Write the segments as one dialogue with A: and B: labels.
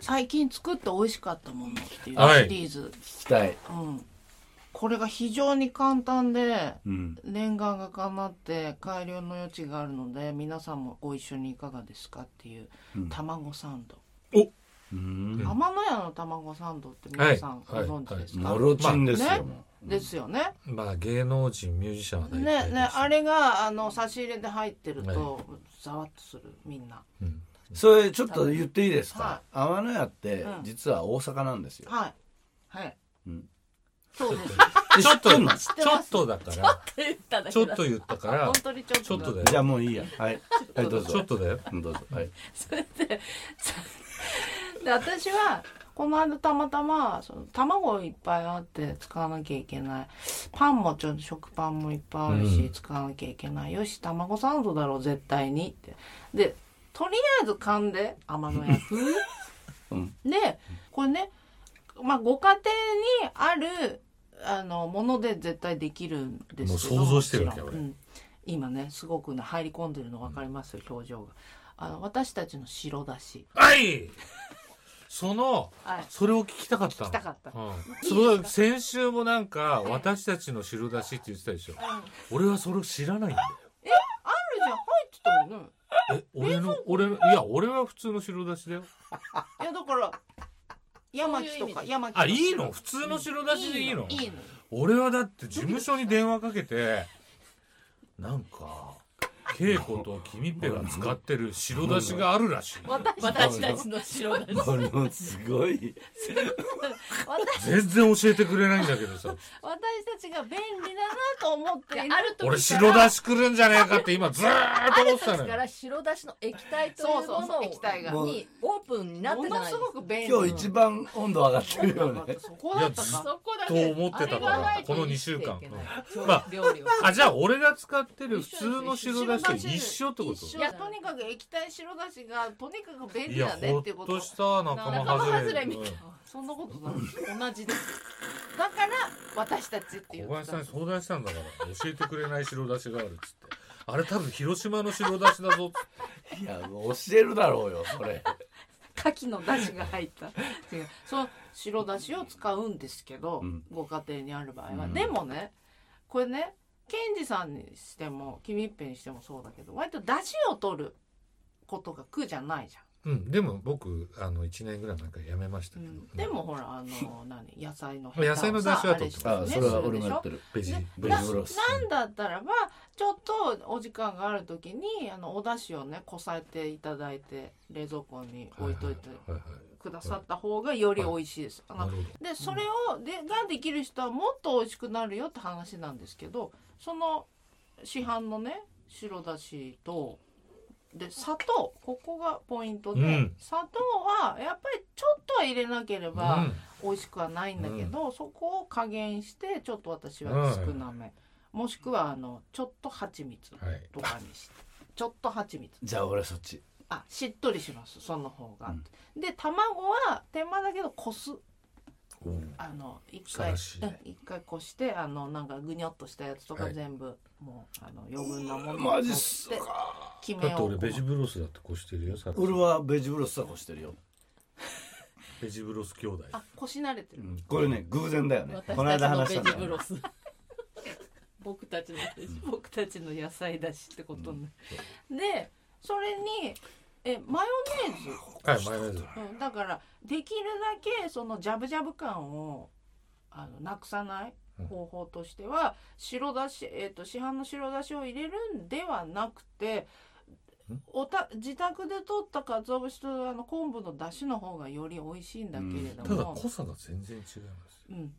A: 最近作った美味しかったものっていうシリーズ、
B: 聞きたい。
A: うん、これが非常に簡単で
B: うん。
A: 念願が叶って改良の余地があるので皆さんもご一緒にいかがですかっていう卵サンド、
B: うん。
A: 天野屋の卵サンドって皆さんご
C: はい
A: 存知ですか、
B: もろちんです
A: まあ
B: よ。
A: ね
B: も
A: ですよね。
C: まあ芸能人ミュージシャンは大
A: ね
C: 体です
A: ねあれがあの差し入れで入ってるとざわっとするみんな。
C: うん
B: うそれちょっと言っていいです
A: は
B: か。天野屋って
A: うん
B: 実は大阪なんですよ。
A: はいはい。
B: うん
A: そうです。
C: ちょっとち
B: 知ってんの
C: ょっとだから
D: 言っただ
C: ちょ
D: け
C: っ
D: だ
C: と言ったから
A: 本当にちょっ
C: ちょ
A: と
C: っ
A: だ
C: とだ
B: じゃあ
C: よ
B: もういいや。はい。はいどうぞ。
C: ちょっとだよ
B: うんどうぞ。はい。
D: それで
A: で私はこの間たまたまその卵いっぱいあって使わなきゃいけないパンもちょっと食パンもいっぱいあるし、
C: うん
A: 使わなきゃいけないよし卵サンドだろう絶対にってでとりあえず噛んで天野 焼風
B: うん
A: でこれね、まあ、ご家庭にあるあのもので絶対できるんですけど
C: もう想像してるわ
A: わ
C: け
A: け、
C: 俺
A: うん今ねすごくね入り込んでるの分かりますよ表情があの私たちの白だし
C: はいその
A: はい
C: それを聞きたかった
A: 聞
C: の
A: きたかった
C: うん、すごい先週もなんか私たちの汁出しって言ってたでしょ俺はそれを知らないんだよ
A: あるじゃん入ってたよね
C: え俺の俺のいや俺は普通の汁出しだよ
A: いやだから山木とか山木とか
C: あいいの普通の白だしでいいの
A: いいの
C: 俺はだって事務所に電話かけてなんか稽古と君ペが使ってる白だしがあるらしい
D: 私たちの白だし
B: このすごい。
D: 私
C: 全然教えてくれないんだけどさ
A: 私たちが便利だなと思って
D: あ
A: い
D: る
A: る
D: 時から
C: 俺白だし来るんじゃねえかって今ずーっと思ってた
D: だ
C: の
D: か
C: よ
D: ら白だしの液体というも
A: そうそ
D: の
A: う
D: を
A: 液体が
D: にオープンになっ
A: も
D: てたじゃ
A: の
D: ない
A: すごく便利
B: 今日一番温度上がってるよね。
A: そこだったか
D: そこだ
C: と
D: け
C: 思ってたからこの2週間ま
D: ま
C: あ
D: あ料理を
C: あじゃあ俺が使ってる普通の白だしと一緒ってこ
A: 一緒
C: と
A: いやとにかく液体白だしがとにかく便
C: い
A: 利
C: や
A: だね
C: ほ
A: っ
C: って
A: いうことと
C: した仲間
D: 仲間
C: 外
D: 外
C: れ
D: れみたいな
A: そんなことない同じですだから私たちってい
C: 小
A: う
C: 林さんに相談したんだから教えてくれない白だしがあるっつってあれ多分広島の白だしだぞっつって
B: いや教えるだろうよそれ。
A: 牡蠣の出汁が入った違うその白だしを使うんですけど、
B: うん
A: ご家庭にある場合は、
B: うん
A: でもねこれねケンジさんにしても君一平にしてもそうだけど割と出汁を取ることが苦じゃないじ
C: うんでも僕あの1年ぐらい前からやめました
A: ゃん、
C: けど、
A: でもほらあの何野菜の
C: 野菜の出汁は取って
A: あ
B: あ
A: れしたり
B: それ
A: ね
B: は俺も
A: するでし
B: や
A: ょ
B: ってる。
C: ベ
A: ね
C: ジ
B: ベジブロス。
A: なんだったらばちょっとお時間がある時にあのお出汁をねこさえていただいて冷蔵庫に置いといて
C: はいはいはい
A: くださった方がより美味しいです、あ
C: な
A: の
C: るほど
A: でそれをでができる人はもっと美味しくなるよって話なんですけどその市販のね白だしとで砂糖ここがポイントで、
C: うん
A: 砂糖はやっぱりちょっとは入れなければ美味しくはないんだけど、そこを加減してちょっと私は少なめ、もしくはあのちょっと蜂蜜
C: うんはい
A: とかにして、ちょっと蜂蜜
B: じゃあ俺そっち。
A: あしっとりしますその方が、で卵は手間だけどこすあの一回
C: さらし
A: うん一回こしてあのなんかぐにょっとしたやつとか
C: はい
A: 全部、もうあの余分なもの
B: マジっ
A: 取
B: す
A: って
B: か。
A: 決め
C: だって
A: を
C: 俺ベジブロスだってこしてるよさっき
B: 俺はベジブロス作してるよ。
C: ベジブロス兄弟
A: あこし慣れてる、
B: これね偶然だよね。
D: 私
B: この間
D: た
B: 話
D: ち
B: した
D: の
B: んだよ
D: ベジブ
B: ね。
D: ロス僕たちのベジ
A: 僕たちの野菜だしってことね、でそれにえマヨネーズ
C: はいマヨネーズ
A: うん、だからできるだけそのジャブジャブ感をあのなくさない方法としては、白だし、えー、と市販の白だしを入れるんではなくておた自宅で取った鰹節とあの昆布のだしの方がより美味しいんだけれど
C: ただ
A: も、
C: 濃さが全然違います
A: うん
C: うん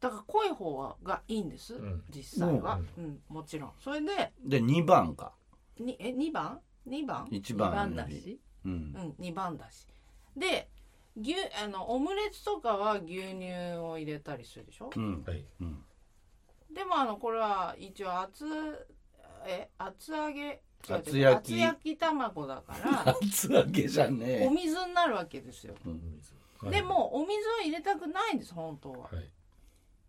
A: だから濃い方はがいいんです、
C: うん
A: 実際は、うんもちろんそれで
B: で二番か。
A: にえ2番2番
B: 一
D: 一番
B: 番
D: だ
B: より。
D: し
B: うん。
A: うん、2番だしで牛あのオムレツとかは牛乳を入れたりするでしょ、
B: うん
C: はい
B: うん。
A: でもあのこれは一応厚え厚揚げ違う違う
B: 厚焼き
A: 厚焼き卵だ か
B: 厚揚げじゃ
A: らお
B: ね
A: 水になるわけですよ、
B: え。
C: お水はい
A: でもお水を入れたくないんです本当は、
C: はい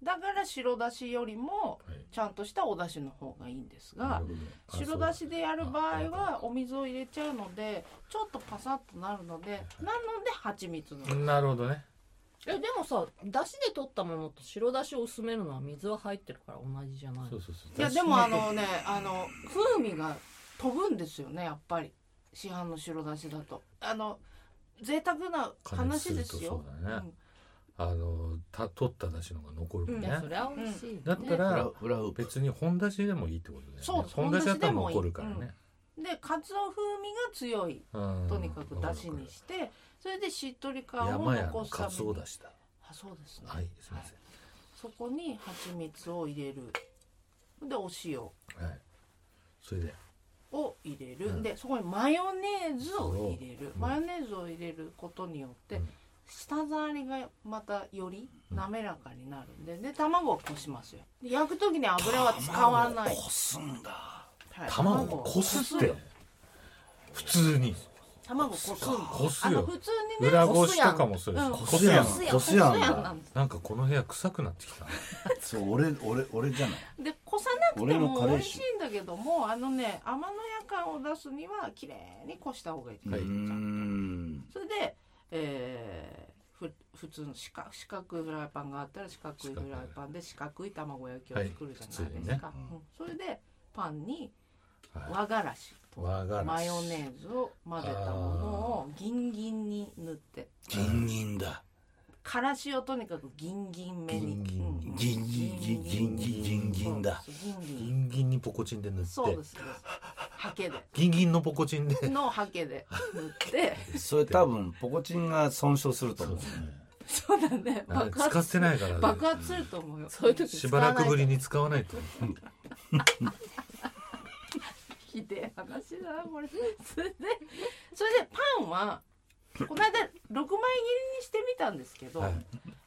A: だから白だしよりも
C: はい
A: ちゃんとしたお出汁の方がいいんです
C: な
A: が
C: るほどあ
A: 白だしでやる場合はお水を入れちゃうのでちょっとパサッとなるのでなので蜂蜜な
C: そう
A: の
C: なるほどね
D: えでもさだしで取ったものと白だしを薄めるのは水は入ってるから同じじゃない
C: そうそうそう
A: いやでもあのねあの風味が飛ぶんですよねやっぱり市販の白だしだとあの贅沢な話ですよ
C: 加熱するとそうだねあのた取っただしのが残るもん
D: い
C: ね、
D: やそりゃ美味しい、ね
C: だったら
B: 裏裏ウープ
C: 別に本だしでもいいってことだよね
A: そう
C: 本だしだったら残るから
A: 本出
C: ね、
A: うんでカツオ風味が強い
C: うん
A: とにかくだしにしてそれでしっとり感を
C: 山屋
A: 残
C: の
A: すた
C: カ
A: め
C: ツオ
A: に
C: だしだ
A: あそうですね
C: はいすいませ
A: そこに蜂蜜を入れるでお塩
C: んはいそれで
A: を入れる、
C: うん
A: でそこにマヨネーズを入れる、
C: うん
A: マヨネーズを入れることによって、
C: うん
A: 舌触りがまたより滑らかになるんでで卵をこしますよで焼く時に油は使わない、
B: こすんだ
A: はい
C: 卵をこすって普通に
A: 卵をこすんだ
C: こす
A: あ
C: よ
A: の普通にね
C: 裏ごしとかもそうです
A: うん
C: こ
B: こ
C: す
B: す
C: や
B: や
C: ん
B: ん
A: こ
B: こ
A: す
B: す
A: や
B: や
A: ん
B: ん
A: な
B: だ
A: んです
C: なんかこの部屋臭くなってきた
B: そう俺俺俺じゃない
A: でこさなくて
B: 俺の
A: も
B: カレ
A: 美
B: ー
A: 味し
B: 臭
A: いんだけどもあのね甘のや感を出すには綺麗にこした方がいい、
B: うーん
A: それで、えーふ普通の四角四角いフライパンがあったら四角いフライパンで四角い卵焼きを作るじゃないですか、
B: はい普通にね
A: うんそれでパンに
C: はい
A: 和がらしと
C: 和がらし
A: マヨネーズを混ぜたものをギンギンに塗って
B: ギンギンだ
A: からしをとにかくギンギンめに
C: ギンギン
A: うん
B: ギンギンギンギンギンギンギンだ
A: そうですギンギ
C: ギ
A: ン
C: ンギンにポコチンで塗っ
A: そう
C: て
A: ですそうですハケで
C: ギンギンのポコチンで
A: のハケで塗って
B: それ多分ポコチンが損傷すると思う
A: そうだね
C: あれ
A: 爆
C: 使
A: 発
C: ってないから
A: 爆発すると思うよ
D: そういう時
C: し
D: 使
C: ば
D: わない
C: ら
D: と
C: くぶりに使わないと
A: ひでえ話だなこれそれでそれでパンはこの間6枚切りにしてみたんですけど、
C: はい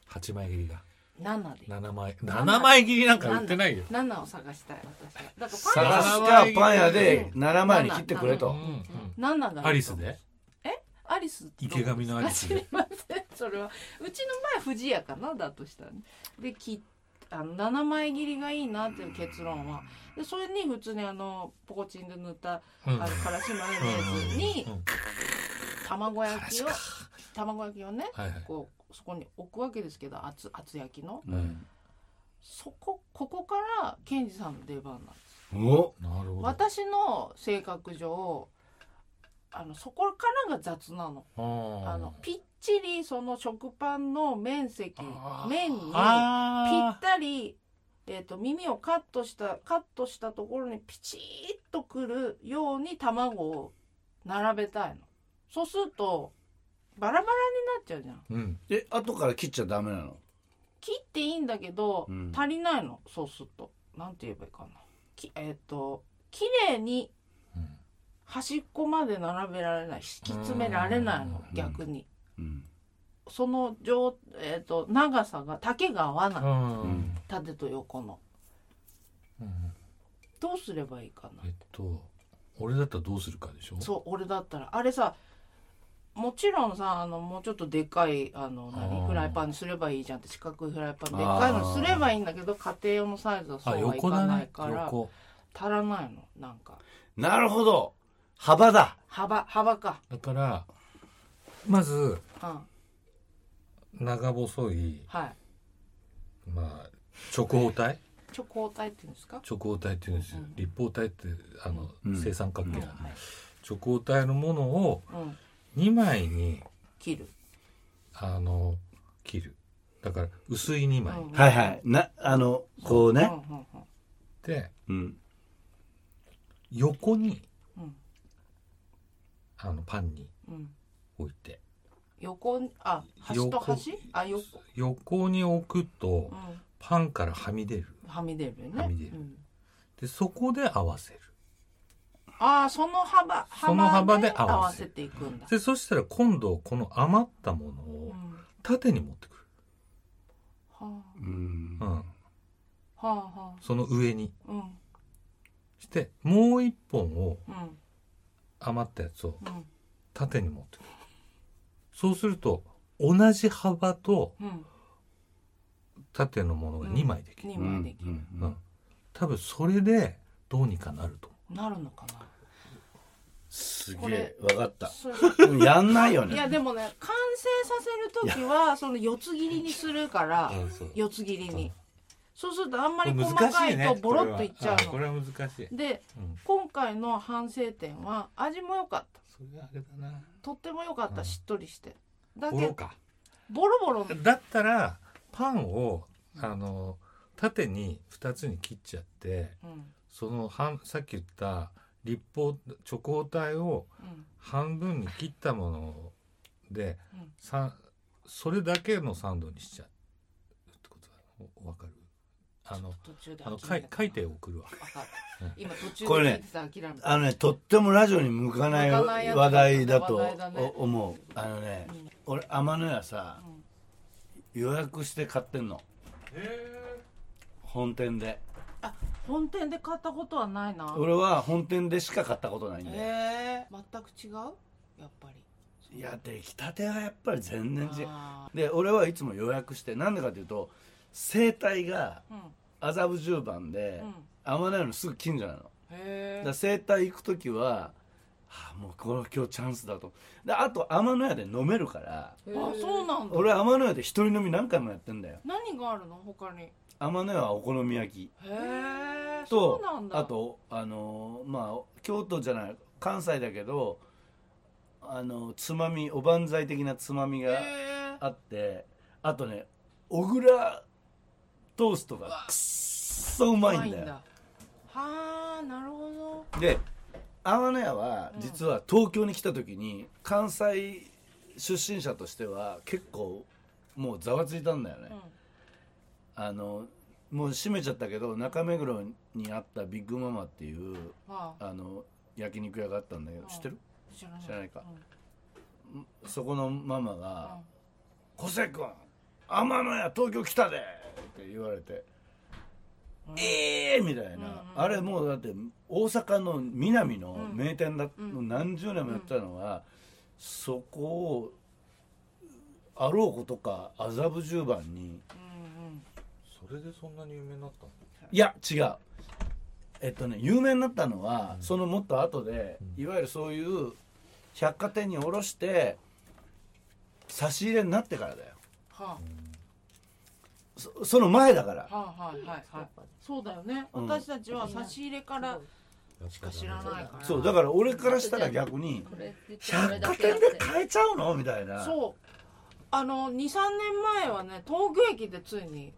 C: 8枚切りが
A: 7で
C: 7枚7枚切りなんか売ってないよ
A: 7を探したい私はだか
B: 探
A: ら
B: すかパン屋で7枚に切ってくれ
C: う
B: と
C: んうん
A: パンは7がいいと
C: アリスで
A: アリス
C: 池上のアリス
A: 知
C: で
A: りませんそれはうちの前藤屋かなだとしたらねで切あの7枚切りがいいなっていう結論はでそれに普通にあのポコチンで塗った
C: う
A: あの
C: ん
A: からしマヨネーズに卵焼きを卵焼きをね
C: はいはい
A: こうそこに置くわけですけど厚厚焼きの
B: うん
A: そこここからケンジさんの出番なんです
B: お
C: なるほど
A: 私の性格上あのそこからが雑なのあのぴっちりその食パンの面積
C: あー
A: 面にぴっ
C: あ
A: たり、えー、と耳をカットしたカットしたところにピチッとくるように卵を並べたいのそうするとバラバラになっちゃうじゃん
C: ーうん
B: え後から切っちゃダメなの
A: 切っていいんだけど、
B: うん
A: 足りないのそうするとなんて言えばいいかなきえっ、と綺麗に
C: うん
A: 端っこまで並べられない敷き詰められないの
C: う
A: 逆に
B: うん
A: その上、えっと長さが丈が合わない
C: うん
A: 縦と横の
C: うん
A: どうすればいいかな
C: えっと俺だったらどうするかでしょ
A: そう俺だったらあれさもちろんさあのもうちょっとでかいあの
C: あ
A: 何
C: ー
A: フライパンにすればいいじゃんって四角いフライパンでっかいのすればいいんだけど家庭用のサイズはそ
C: あ
A: うはい
C: 横
A: か
C: だ
A: ない
C: ね
A: から
C: 横
A: 足らないのなんか
B: なるほど幅だ
A: 幅幅か、
C: だからまず
A: うん、
C: 長細い
A: はい
C: まあ直方体
A: 直方体っていうんですか
C: 直方体って言うんですよ
A: うん
C: 立方体ってあの
B: うん
C: 正三角
A: うん
C: 形
A: はい
C: 直方体のものを
A: うん
C: 2枚に
A: 切る、
C: あの切るだから薄い2枚
A: うん
B: はいはいなあのこう
A: うんう
B: ね
A: ん
C: で
B: うん
C: 横に
A: うん
C: あのパンに
A: うんうん
C: 置いて
A: 横にあ端と端あ横、
C: 横に置くと
A: う
C: パンからはみ出る
A: ん、はみ出るよね
C: はみ出る
A: うん、
C: でそこで合わせる
A: ああその幅
C: その幅で
A: 合
C: 合
A: わ
C: わせ
A: せ
C: る
A: ていくんだ、
C: でそしたら今度この余ったもの
A: うん
C: を
A: は
C: 縦に持ってく
A: あ、は
B: うん
C: る、うん、
A: あはあ
C: その上に
A: うん
C: してもう一本を
A: うん
C: 余ったやつを
A: うん
C: 縦に持ってくるそうすると同じ幅と
A: うん
C: 縦のものが2枚できる、
A: 2
B: う
A: 枚
B: ん
A: できる、
B: うん
C: うん多分それでどうにかなると
A: なるのかな
B: す
A: こ
B: げ
A: れ
B: えわかった
A: そう
B: うんやんないよ
A: いや
B: ね
A: でもね完成させる時はその四つ切りにするから
C: 思う。そう
A: 四つ切りにそうするとあんまり
C: これ
A: 細
C: 難
A: か
C: しい
A: い
C: ね
A: とボロッといっちゃう
C: はい
A: の、
C: これは難しい、うん、
A: で今回の反省点は味も良かった
C: それはあれだな
A: とっても良かった、
C: うん
A: しっとりしてだけ
C: ボ
A: ボ
C: ロ
A: ロ
C: か
A: ボロ
C: だったらパンをあの縦に2つに切っちゃって
A: うんうん
C: その半さっき言った立方直方体を半分に切ったもので、
A: うん
C: さそれだけのサンドにしちゃうってことだわかるあの
A: 途中で
C: あの
A: 諦
C: か
A: め
C: い
A: た
C: 書いて送るわ
A: 分かった
C: うん
A: 今途中
B: これ
A: で
B: ね
A: 聞いてたら諦めた、
B: あのねとってもラジオに向かない
A: 向かないやつ
B: 話題だと
A: 話題だね
B: お思うあのね
A: うん
B: 俺天野屋さ
A: うん
B: 予約して買ってんの本店で
A: 本店で買ったことはないな
B: 俺は本店でしか買ったことないんで
A: えー、全く違うやっぱり
B: いや出来たてはやっぱり全然違う
A: あ
B: で俺はいつも予約してなんでかというと生態が
A: ー
B: 麻布十番で
A: うんうん
B: 天野屋のすぐ近所なのだ
A: へ
B: か
A: え
B: ら整体行く時は、はあ、もうこれ今日チャンスだとであと天野屋で飲めるから
D: へー
A: あそうなんだ
B: 俺天野屋で一人飲み何回もやってんだよ
A: 何があるの他にへ
B: 天野屋はお好み焼
A: え
B: き
A: そ
B: と
A: うなんだ
B: あとあのーまあ京都じゃない関西だけどあのつまみおばんざい的なつまみ
A: へ
B: が
A: え
B: あってあとね小倉トーストがくっそうまいんだよ
A: はあなるほど
B: で天野屋は
A: うん
B: 実は東京に来た時に関西出身者としては結構もうざわついたんだよね、
A: う
B: あのもう閉めちゃったけど中目黒にあったビッグママっていうん
A: はあ
B: あの焼肉屋があったんだけど、
A: うん
B: 知ってる
A: 知らない
B: 知らないかそこのママが「小瀬君天野屋東京来たで!」って言われて
A: うんう
B: 「
A: ん
B: ええー!」みたいな、
A: うんうん
B: あれもうだって大阪の南の
A: うん
B: 名店だ、
A: うん
B: の何十年もやってたのが、そこをあろうことか麻布十番に
A: うんうん
C: それでそんなに有名になったの
B: いや違うえっとね有名になったのは、
C: うん
B: そのもっと後で、
C: うん
B: いわゆるそういう百貨店に卸して差し入れになってからだよ
A: は
B: そその前だから
A: あはあはいはいはいそうだよね
B: うん
A: 私たちは差し入れからしか知らないから
B: そうだから俺からしたら逆に
D: これって言ってこ
B: 百
D: れだ
B: 貨
D: けやっ
B: 店で
D: て
B: 買えちゃうのみたいな
A: そうあの23年前はね東京駅でついに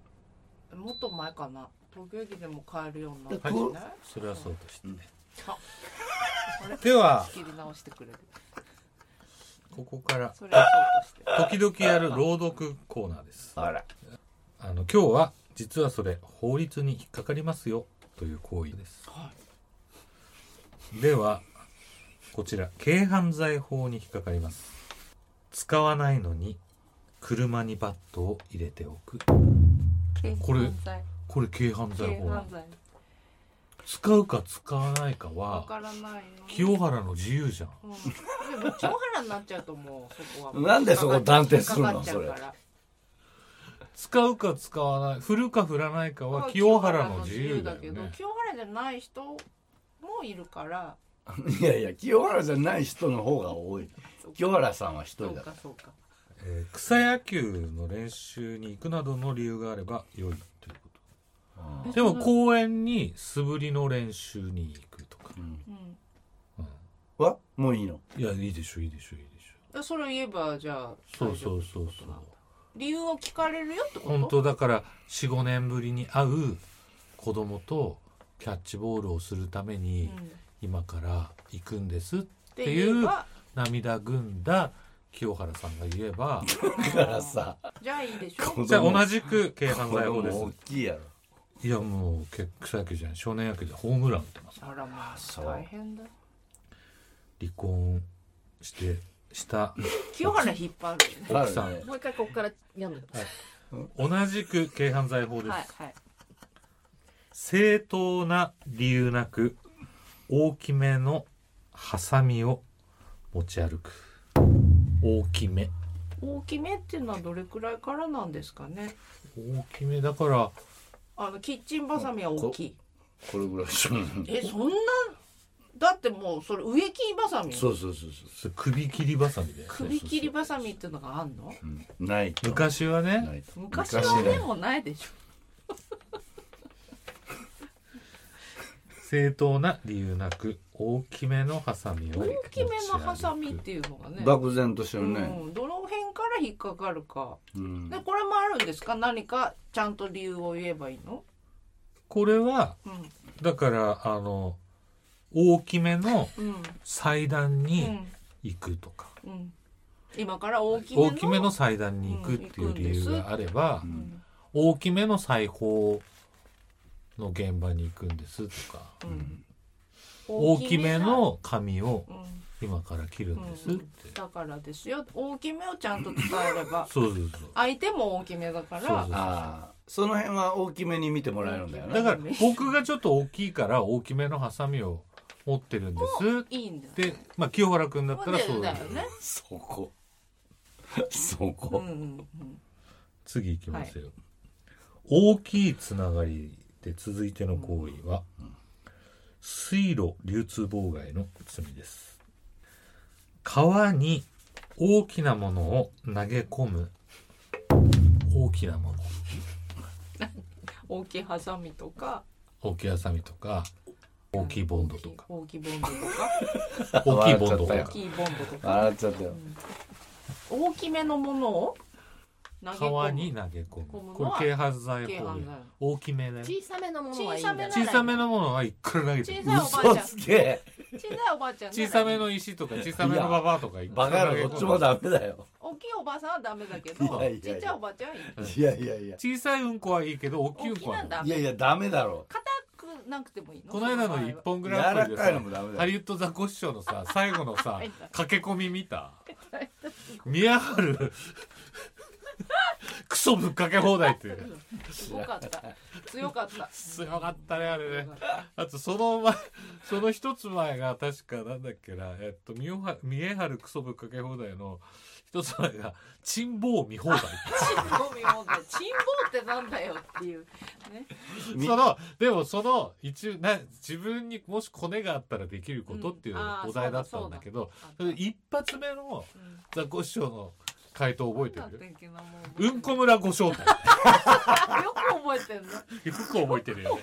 A: もっと前かな東京駅でも買えるようになったしね、
B: は
C: それはそうとして、
B: うん
A: あれ
C: では
A: 仕切り直してくれる
C: ここから
A: それはそうとして
C: 時々やる朗読コーナーです
B: あら
C: あの今日は実はそれ法律に引っかかりますよという行為です
A: は
C: ではこちら軽犯罪法に引っかかります使わないのに車にバットを入れておく
A: い
C: これ
A: 軽犯罪
C: これ軽犯罪
A: 軽
C: 法
A: 犯罪
C: 使うか使わないか
A: わ
C: は
A: からないの
C: 清原の自由じゃん
A: うん、でも長原になっちゃうともうそこはもう
B: なんでそこ断定するの
A: 引っかかっちゃうから
C: 使うか使わない振るか振らないかは清原の自由だよね
A: 清原じゃない人もいるから
B: いやいや清原じゃない人の方が多い
A: そうか
B: 清原さんは
A: そ
B: 一人
A: う
B: だ
A: か
B: か
A: そうか
C: えー草野球の練習に行くなどの理由があれば良いというこ
B: ら、
A: え
C: とでも公園に素振りの練習に行くとか、
B: うん
A: うん
C: う
B: はもういい の
C: んいやいいでしょいいでしょいいでし
A: えそれを言えばじゃあ
C: ょそうそううそうそう
A: 理由を聞かれるよってこと
C: 本当だから45年ぶりに会う子供とキャッチボールをするため
A: う
C: に
A: んっ
C: 今から行くんですって
A: て
C: い
A: 言え
C: う
A: ば
C: 涙ぐんだ清原さんが言えば
B: だからさ
A: じゃあいいでしょ
B: こん
C: じゃあ同じく軽犯
B: こ
C: 罪
B: れ
C: 法
B: も
C: で
B: 大
C: す
B: きいやろ
C: いやもうけ草野球じゃない少年野球でホームラン打ってます
A: あらまあ
B: そう
A: 大変だ
C: 離婚して した
A: 清原引っ張るよね
C: 奥さん
B: あるね
D: もう一回ここから読んでください
C: 同じく軽犯罪法です、
A: はいはい
C: 正当な理由なく大きめのハサミを持ち歩く大きめ
A: 大きめっていうのはどれくらいからなんですかね
C: 大きめだから
A: あのキッチンバサミは大きい
B: これぐらいでしょ
A: えそんなだってもうそれ植木バサミ
B: そうそうそうそう
C: それ首切りばさみで
A: 首切りバサミっていうのがあんの
B: うんないと
C: 昔はね
B: ないと
A: 昔はでもないでしょ
C: 正当な理由なく大きめのハサミを
A: 大きめのハサミっていうのがね
B: 漠然としてるね、
A: うん、どの辺から引っかかるか
B: うん
A: でこれもあるんですか何かちゃんと理由を言えばいいの、
C: これは
A: うん
C: だからあの大きめの
A: うん
C: 祭壇
A: う
C: に
A: ん
C: 行くとか、
A: うん、今から大きめの
C: 大きめの祭壇に行くっていう理由があれば、
B: うん
C: 大きめの裁縫の現場に行くんですとか
A: うん
C: 大きめ
A: な
C: の紙を
A: うん
C: 今から切るんですって、
A: だからですよ大きめをちゃんと伝えれ ば
C: そうそうそう
A: 相手も大きめだから
C: そうそう
B: ああその辺は大きめに見てもらえるんだよ
C: だ
B: ね
C: から僕がちょっと大きいから大きめのハサミを持ってるんです
A: いいんだよ
C: で、まあ、清原君だったらそう
A: だ
C: だ
A: よ
C: けど
A: ね、
B: そこそ
A: うん
B: こ、
A: うん
C: 次いきますよ、大きいつながりで続いての行為は、水路流通妨害の罪です川に大きなものを投げ込む大きなもの
A: うん、大きいハサミとか
C: 大きいハサミとか大きいボンドとか
A: 大きいボンドとか
C: 大きいボンドと
B: 笑
A: 大
C: か
B: っ
A: きいボンドとか
B: 笑っちゃったよ
A: 大きめのものを投げ込む
C: 川に投げ込
A: 投
C: む
A: げ込む
C: これ啓発罪
A: 軽
C: 行為
A: 犯罪
C: 大きめだよ
D: 小さめのものはいいんだよ
A: 小さ
C: 小さめのものはいくら投げても
A: 小さい
B: 嘘つけ
A: 小さいおばあちゃんなら
C: 小さめの石とか小さめのババアとかいっぱ
B: バ
C: い
B: カ
C: 投げ
B: 野郎
C: 込む
B: どっちもダメだよ
A: 大きいおばあさんはダメだけど
B: いやいやいや
A: ちっちゃいおばあちゃんはいい
B: いやいやいや
C: 小さいうんこはいいけど大きいうん
A: 大き
C: こ
A: な
C: は
A: んだ
B: いやいやダメだろ
A: 硬くなくてもいいの
C: この間の
A: そ場
C: 一
A: 合は
C: 本
B: 柔
C: グラン
B: ら
C: プリで
B: かいの
C: さ
B: もダメだ
C: ハ
B: よ
C: リウッドザコシショウ のさ最後のさ
A: 見た
C: 駆け込み見 た宮春 クソぶっかけ放題って
A: すごかった強か った
C: 強かったねあれね
A: 強かった
C: あとその前その一つ前が確かなんだっけなえっと三重三重春クソぶっかけ放題の一つ前が珍宝見放題
A: チンボ見もんでチンボってなんだよっていうね
B: み
C: そのでもその一応な自分にもしコネがあったらできることっていう
A: うんあー
C: お題だったんだけど、
A: あ
C: それ一発目の
A: うん
C: ザコシショウの回答覚えて
A: なんだっ
C: る
A: たっけなもう
C: うんこ村ご招待
A: よく覚えてる
C: よく覚えてるよね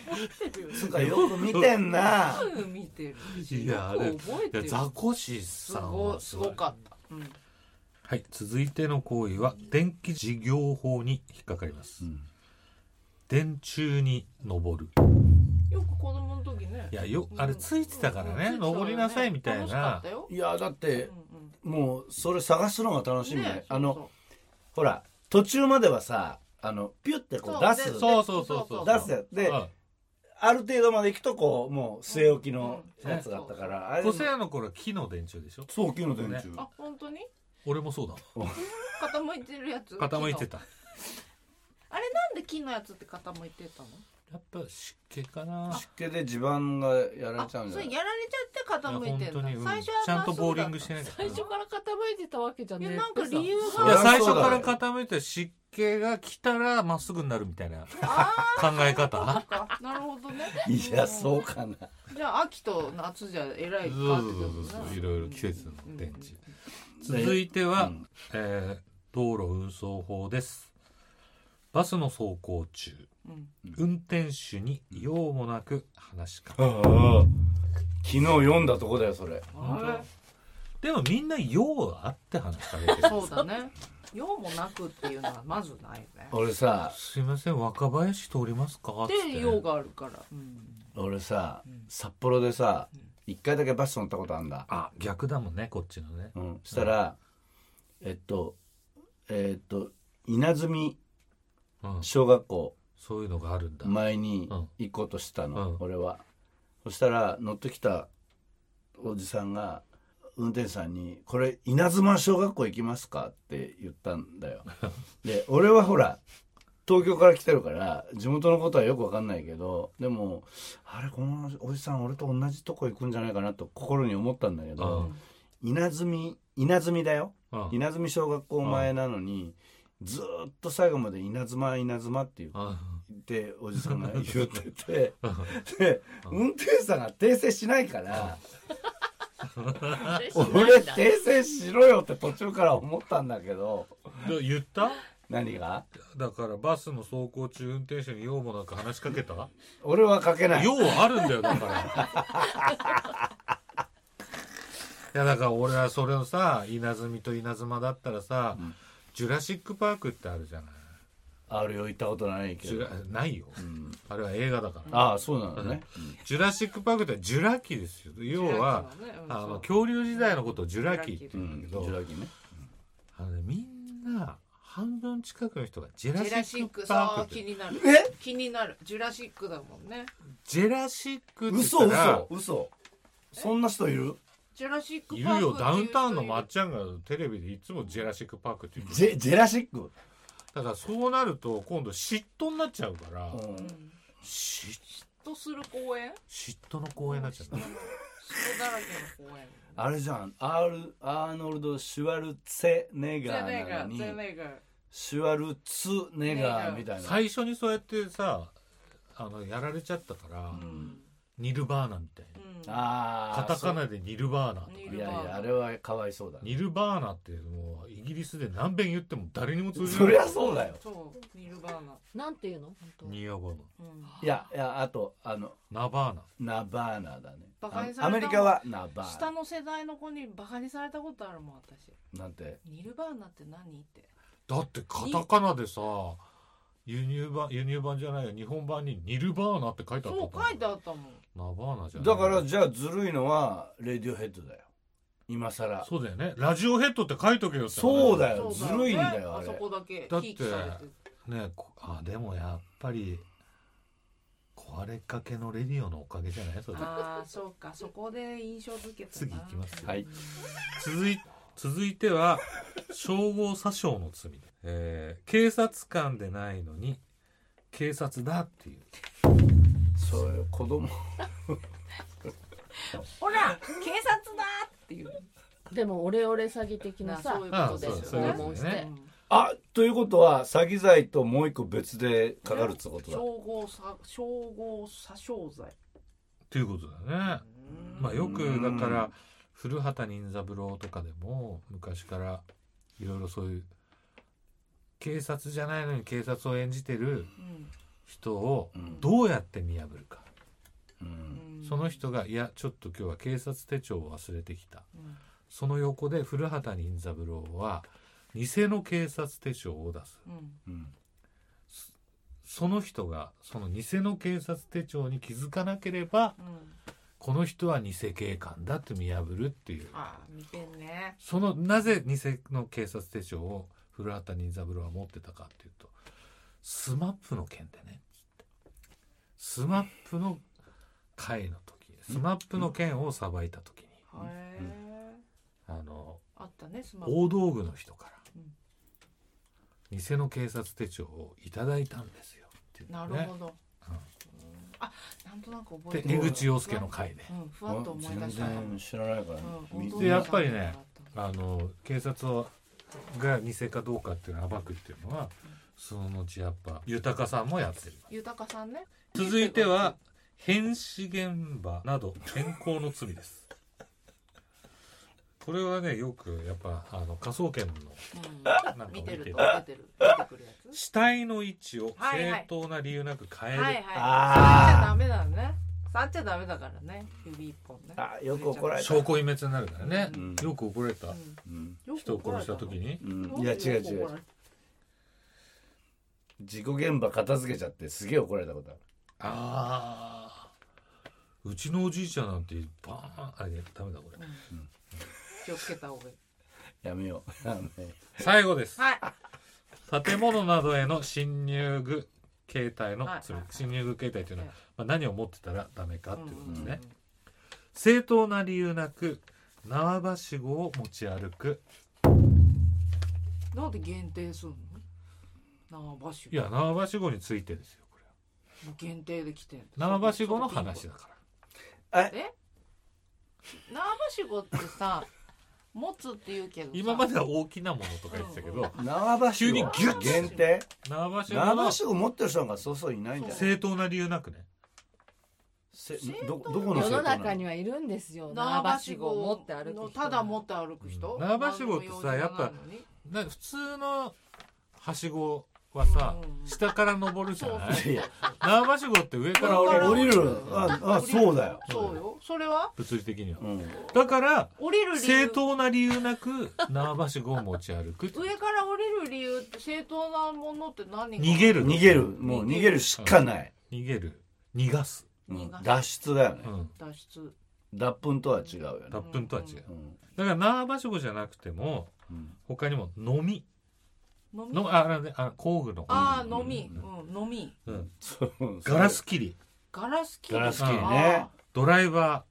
B: つうかよく見てんな
A: のすぐ見てるし
C: いやあれ
A: よく覚え
C: い
A: て
C: や
A: る
C: ザコシ
A: す
C: さん
A: ご
C: はい
A: すごかったうん
C: はい続いての行為は電気事業法に引っかかります、
B: うん
C: 電柱に登る
A: よく子供の時ね
C: いやよあれついてたからね、
A: うん
C: 登りなさいみたい
A: 楽しか
C: な
A: ったよ
B: いやだっ
A: う
B: て
A: ん
B: もうそれ探すのが楽し
A: うん
B: み
A: ね
B: ねあの
A: そう
B: ほら途中まではさあのピュってこう出す
A: で
B: 出
C: そうそうそうそう
B: すやつで
C: うん
B: ある程度まで行くとこうもう据え置きの
A: うん
B: やつだったから、あれ
C: 個性の頃は木の電柱でしょ
B: 早期の電
C: ね
B: 柱
A: あ本当に
C: 俺もそうだわ
A: 傾いてるやつ
C: 傾いて
A: 木の
C: た
A: あれなんで木のやつって傾いてたの
C: やっぱ湿気かな
B: 湿気で地盤がやられちゃうんじ
A: そ
B: ゃな
A: れ
B: い
A: やられちゃって傾いてるんだ
C: いや本当にうん
A: 最初は
C: ちゃんとボーリングしてない
A: い
D: 最初から傾いてたわけじゃね
A: や
D: え
A: なんか理由
B: そ
C: い
B: り
C: や
B: ゃ
A: が
C: 最
B: そ
C: 初
B: うだ
C: か
B: よ
C: ら傾いて湿気が来たらまっすぐになるみたいな
A: あ
C: 考
A: ー
C: え
A: そ
C: 方
A: うかなるほどね
B: いやそうかな
A: じゃあ秋と夏じゃえらい変わってくるもんね
C: そうそうそうそういろいろ季節の天地
A: うん
C: 続いては、
B: うん
C: えー道路運送法ですバスの走行中
A: うん
C: 運転手に用もなく話しかけ
B: ああ昨日読んだとこだよそれ
A: うんあ
C: でもみんな用があって話しかけて
A: れ
C: る
A: そうだね用もなくっていうのはまずないよね
B: 俺さ
C: すいません若林通りますかっつって
A: で
C: ね
A: 用があるからうん
B: 俺さ
A: うん
B: 札幌でさ
A: うん
B: 一回だけバス乗ったことあんだ
C: あ逆だもんねこっちのね
B: うんしたらえっとえっと稲積
C: うん
B: 小学校
C: そういうのがあるんだ
B: 前に
C: うん
B: 行こうとしてたの、
C: うん
B: 俺はそしたら乗ってきたおじさんが運転手さんに「これ稲妻小学校行きますか?」って言ったんだよ で俺はほら東京から来てるから地元のことはよく分かんないけどでもあれこのおじさん俺と同じとこ行くんじゃないかなと心に思ったんだけ
C: う
B: ど
C: ん
B: 稲積稲積だよ
C: あ
B: 稲積小学校前なのにずーっと最後まで稲妻稲妻って言
C: あ
B: っておじさんが言ってて
C: あ
B: で運転手さんが訂正しないから俺訂正しろよって途中から思ったんだけど
C: で 言った
B: 何が
C: だからバスの走行中運転手に用もなく話しかけた
B: 俺は書けない
C: 用はあるんだよだから いやだから俺はそれをさ稲積と稲妻だったらさ、
B: うん
C: ジュラシック・パークってあるじゃない
B: あれを言ったことないけ
C: ジュ
B: ど
C: ラ、ないよ
B: うん、
C: あれは映画だから、
B: ああそうなのね、
C: ジュラシック・パークってジュラ紀ですよ要は、あの恐竜時代のことをジュラ紀って
B: う
C: 言
B: ん
C: う
B: う
C: だ
B: んん
C: け
B: ジ
C: ど、
B: ュラ紀ね
C: あのねみんな半分近くの人が
A: ジ
C: ジ
A: ュ
C: ェ
A: ラ
C: ラ
A: シッ
C: シッ
A: ク
C: ク・
A: さ
C: パ
A: あ
C: ークっ
A: 気
C: て
A: になる気になるジュラシックだもんね
C: ジェラシックって言
B: 嘘
C: ったら
B: 嘘嘘そんな人いる
A: ジュラシック
C: いる
A: パーク
C: よダウンタウンのま
A: 街
C: っちゃんがテレビでいつもジェラシック・パークって言って
B: ジ
C: る
B: ェジェラシック、
C: だからそうなると今度嫉妬になっちゃうから、
B: うん、
C: 嫉
A: とする公園
C: 嫉妬の公演になっちゃう
A: 人だらけの公園
B: あれじゃんアールアーノルド・シュワルツェネ
A: ゼ
B: ガ
A: ネ
B: ーな
A: ガ
B: の
A: ゼ
B: に
A: ネガ
B: シュワルツェネガーみたいな
C: 最初にそうやってさあのやられちゃったから、
A: うん
C: ニルバーナみたいな
A: うん
B: ああ
C: カタカナでニルバーナとか
A: ニ
B: いやいやあれはかわいそうだ
C: ニルバーナってもうイギリスで何遍言っても誰にも通じ
B: そ
C: な
B: り
C: い
B: ゃそうだよ
A: そうニルバーナ
D: なんていうの本当
C: ニヤバー
A: うん
B: いやいやあとあの
C: ナナバーナ
B: ナバーナだね
A: バカにされた
B: あアメリカはナバー
A: 下の世代の子にバカにされたことあるもん私
B: ナなんて
A: ニルバーナって何って
C: だってカタカナでさ輸入版輸入版じゃないよ日本版にニルバーナって書いてあった
A: そう書いてあったもん
C: ナバーナじゃない
B: だからじゃあずるいのはレディオヘッドだよ今さら
C: そうだよねラジオヘッドって書いとけよって話
B: そうだよ
A: そう
B: ずるいんだ
A: ね
B: よあ
A: あ
B: れ
A: そこだけ
C: だって
A: ひいきされてる
C: ねこあでもやっぱり壊れかけのレディオのおかげじゃないそれ
A: ああそうかそこで印象付けたな
C: 次行きますよ
B: はい
C: 続い続いては称号詐称の罪、えー警察官でないのに警察だっていう
B: そういう子供
A: ほら警察だっていう
D: でもオレオレ詐欺的な
A: な
D: さ
A: そういうこと
C: そう
A: です
C: そう
A: よ
C: い
A: ね
C: うことですね
A: うん
B: あということは詐欺罪ともう一個別でかかるってことだ
A: 称号さ称号詐称罪
C: ということだね
A: うん
C: まあよ
B: う
C: く
B: ん
C: だから古畑任三郎とかでも昔からいろいろそういう警察じゃないのに警察を演じて
A: う
C: る
A: ん
C: 人を
B: うん
C: どうやって見破るか
B: う
A: うんん
C: その人が「いやちょっと今日は警察手帳を忘れてきた」
A: うん
C: その横で古畑任三郎は偽の警察手帳を出す
A: うん
B: うん
C: その人がその偽の警察手帳に気づかなければ
A: うん
C: この人は偽警官だって見破るっていう
A: ああ見てんね
C: そのなぜ偽の警察手帳を古畑任三郎は持ってたかっていうとスマップの件でねスマップの会の時スマップの件をさばいた時に
A: へえ
C: あの
A: あったねスマホ
C: 大道具の人から
A: うん
C: 「偽の警察手帳をいただいたんですよ」って言
A: な
C: っ
A: る
C: て、
A: ほ
C: ね、
A: どうんあなんとなく覚え
C: で
A: て
C: 江
A: る
C: 口洋介の会で
A: うんふわっと思い出
B: 全
A: したな
B: 然知らないからね
A: うん本当
B: 見て
A: に
C: でやっぱりねあの警察をが偽かどうかっていうのを暴くっていうのはその後やっぱ豊さんもやってる
A: 豊さんね
C: 続いては変死現場など変更の罪です これはねよくやっぱあの科捜研の
A: うん
C: なんか
A: 見てると
C: 見
A: 出てる出てくるやつ
C: 死体の位置を
A: はいは
C: 正
A: い
C: 当な理由なく変える、
A: はいはい触っちゃ
B: あ
A: ダメだね触っちゃダメだからね指一本ね
B: あよく怒られた
C: 証拠隠滅になるからね、
B: うん
C: よく怒られた、
A: うん
B: うん
A: よく
C: 人を
A: 怒ら
C: 殺
A: れ
C: した
A: の
C: 時に
B: うんいや違う違う事故現場片付けちゃってすげえ怒られたことある
C: ああうちのおじいちゃんなんてバーンあれダメだこれ
A: 気をつけた方がいい
B: やめよ うやめよ
C: 最後です
A: はい
C: 建物などへの侵入具形態の
A: はい
C: 罪
A: はい
C: 侵入具形態というのは
A: はい、
C: まあ、何を持ってたらダメかっていうことですね、
A: うんうん
C: 正当な理由なく縄ばしごを持ち歩く
A: うんなんで限定するの縄ばし
C: いや縄ばしごについてですよこれは
A: もう限定で来てん
C: 縄ばしごの話だから
A: え縄ばしごってさ持つって言うけどさ
C: 今までは大きなものとか言ってたけど、
B: 縄ばし
C: 急に
B: を
C: ギュッ
B: 限定
C: 縄ばしの
B: 縄ばしを持ってる人がそうそういないんじゃない
C: 正当な理由なくね。
B: せ
A: 正当
B: どどこの正
D: 世の
B: 当な
D: 中にはいるんですよ縄
A: 縄
D: ば
A: ば
D: し
A: し
D: ご
A: ご
D: を
A: を
D: 持って歩く人
A: ただ持って歩く人、
C: うん縄ばしごってさやっぱな普通のはしごはさ、
A: うんうん
C: 下から登るじゃない
A: そうそう
B: いや
C: 縄ばしごって上から降りる
B: 降りるああそうだよ、
A: そうよそれは
C: 物理的には。
B: うん、
C: だから、
A: 降りる理
C: 正
A: 由
C: 当な理由 なく縄ばしごを持ち歩く。
A: 上から降りる理由って正当なものって何か
C: 逃げる。
B: 逃げる。もう逃げるしかない、
C: 逃げる。逃がす。
B: うん
A: 逃がす
B: 脱出だよね
C: う、ん。
A: 脱出
B: 脱粉とは違うよね
C: 脱粉とは違う。
B: うん
C: だから縄ばしごじゃなくても、
B: うん
C: 他にも飲み。
A: 飲み
C: のあ、ああ工具の。
A: ああ飲み、うん、飲み
C: うん
B: そう
C: ガラス切り。
A: ガラス切り
B: ガラス切りね
A: あ
C: ドライバ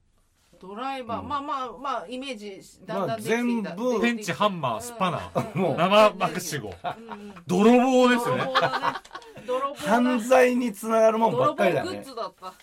A: ードライバー、
B: うん
A: まあまあまあイメージだんだんできてきた、
B: まあ全部
C: ー、ペンチ、ハンマー、スパナー、
B: もう
C: 生爆死
A: 語
C: 後。
A: うんうん
C: 泥棒です
A: 泥
C: ね。
A: 棒だね泥棒だ
B: 犯罪につながるもんば
A: 泥
B: っか
A: 棒グ
B: りだ
A: ッ
B: ね
A: ズだった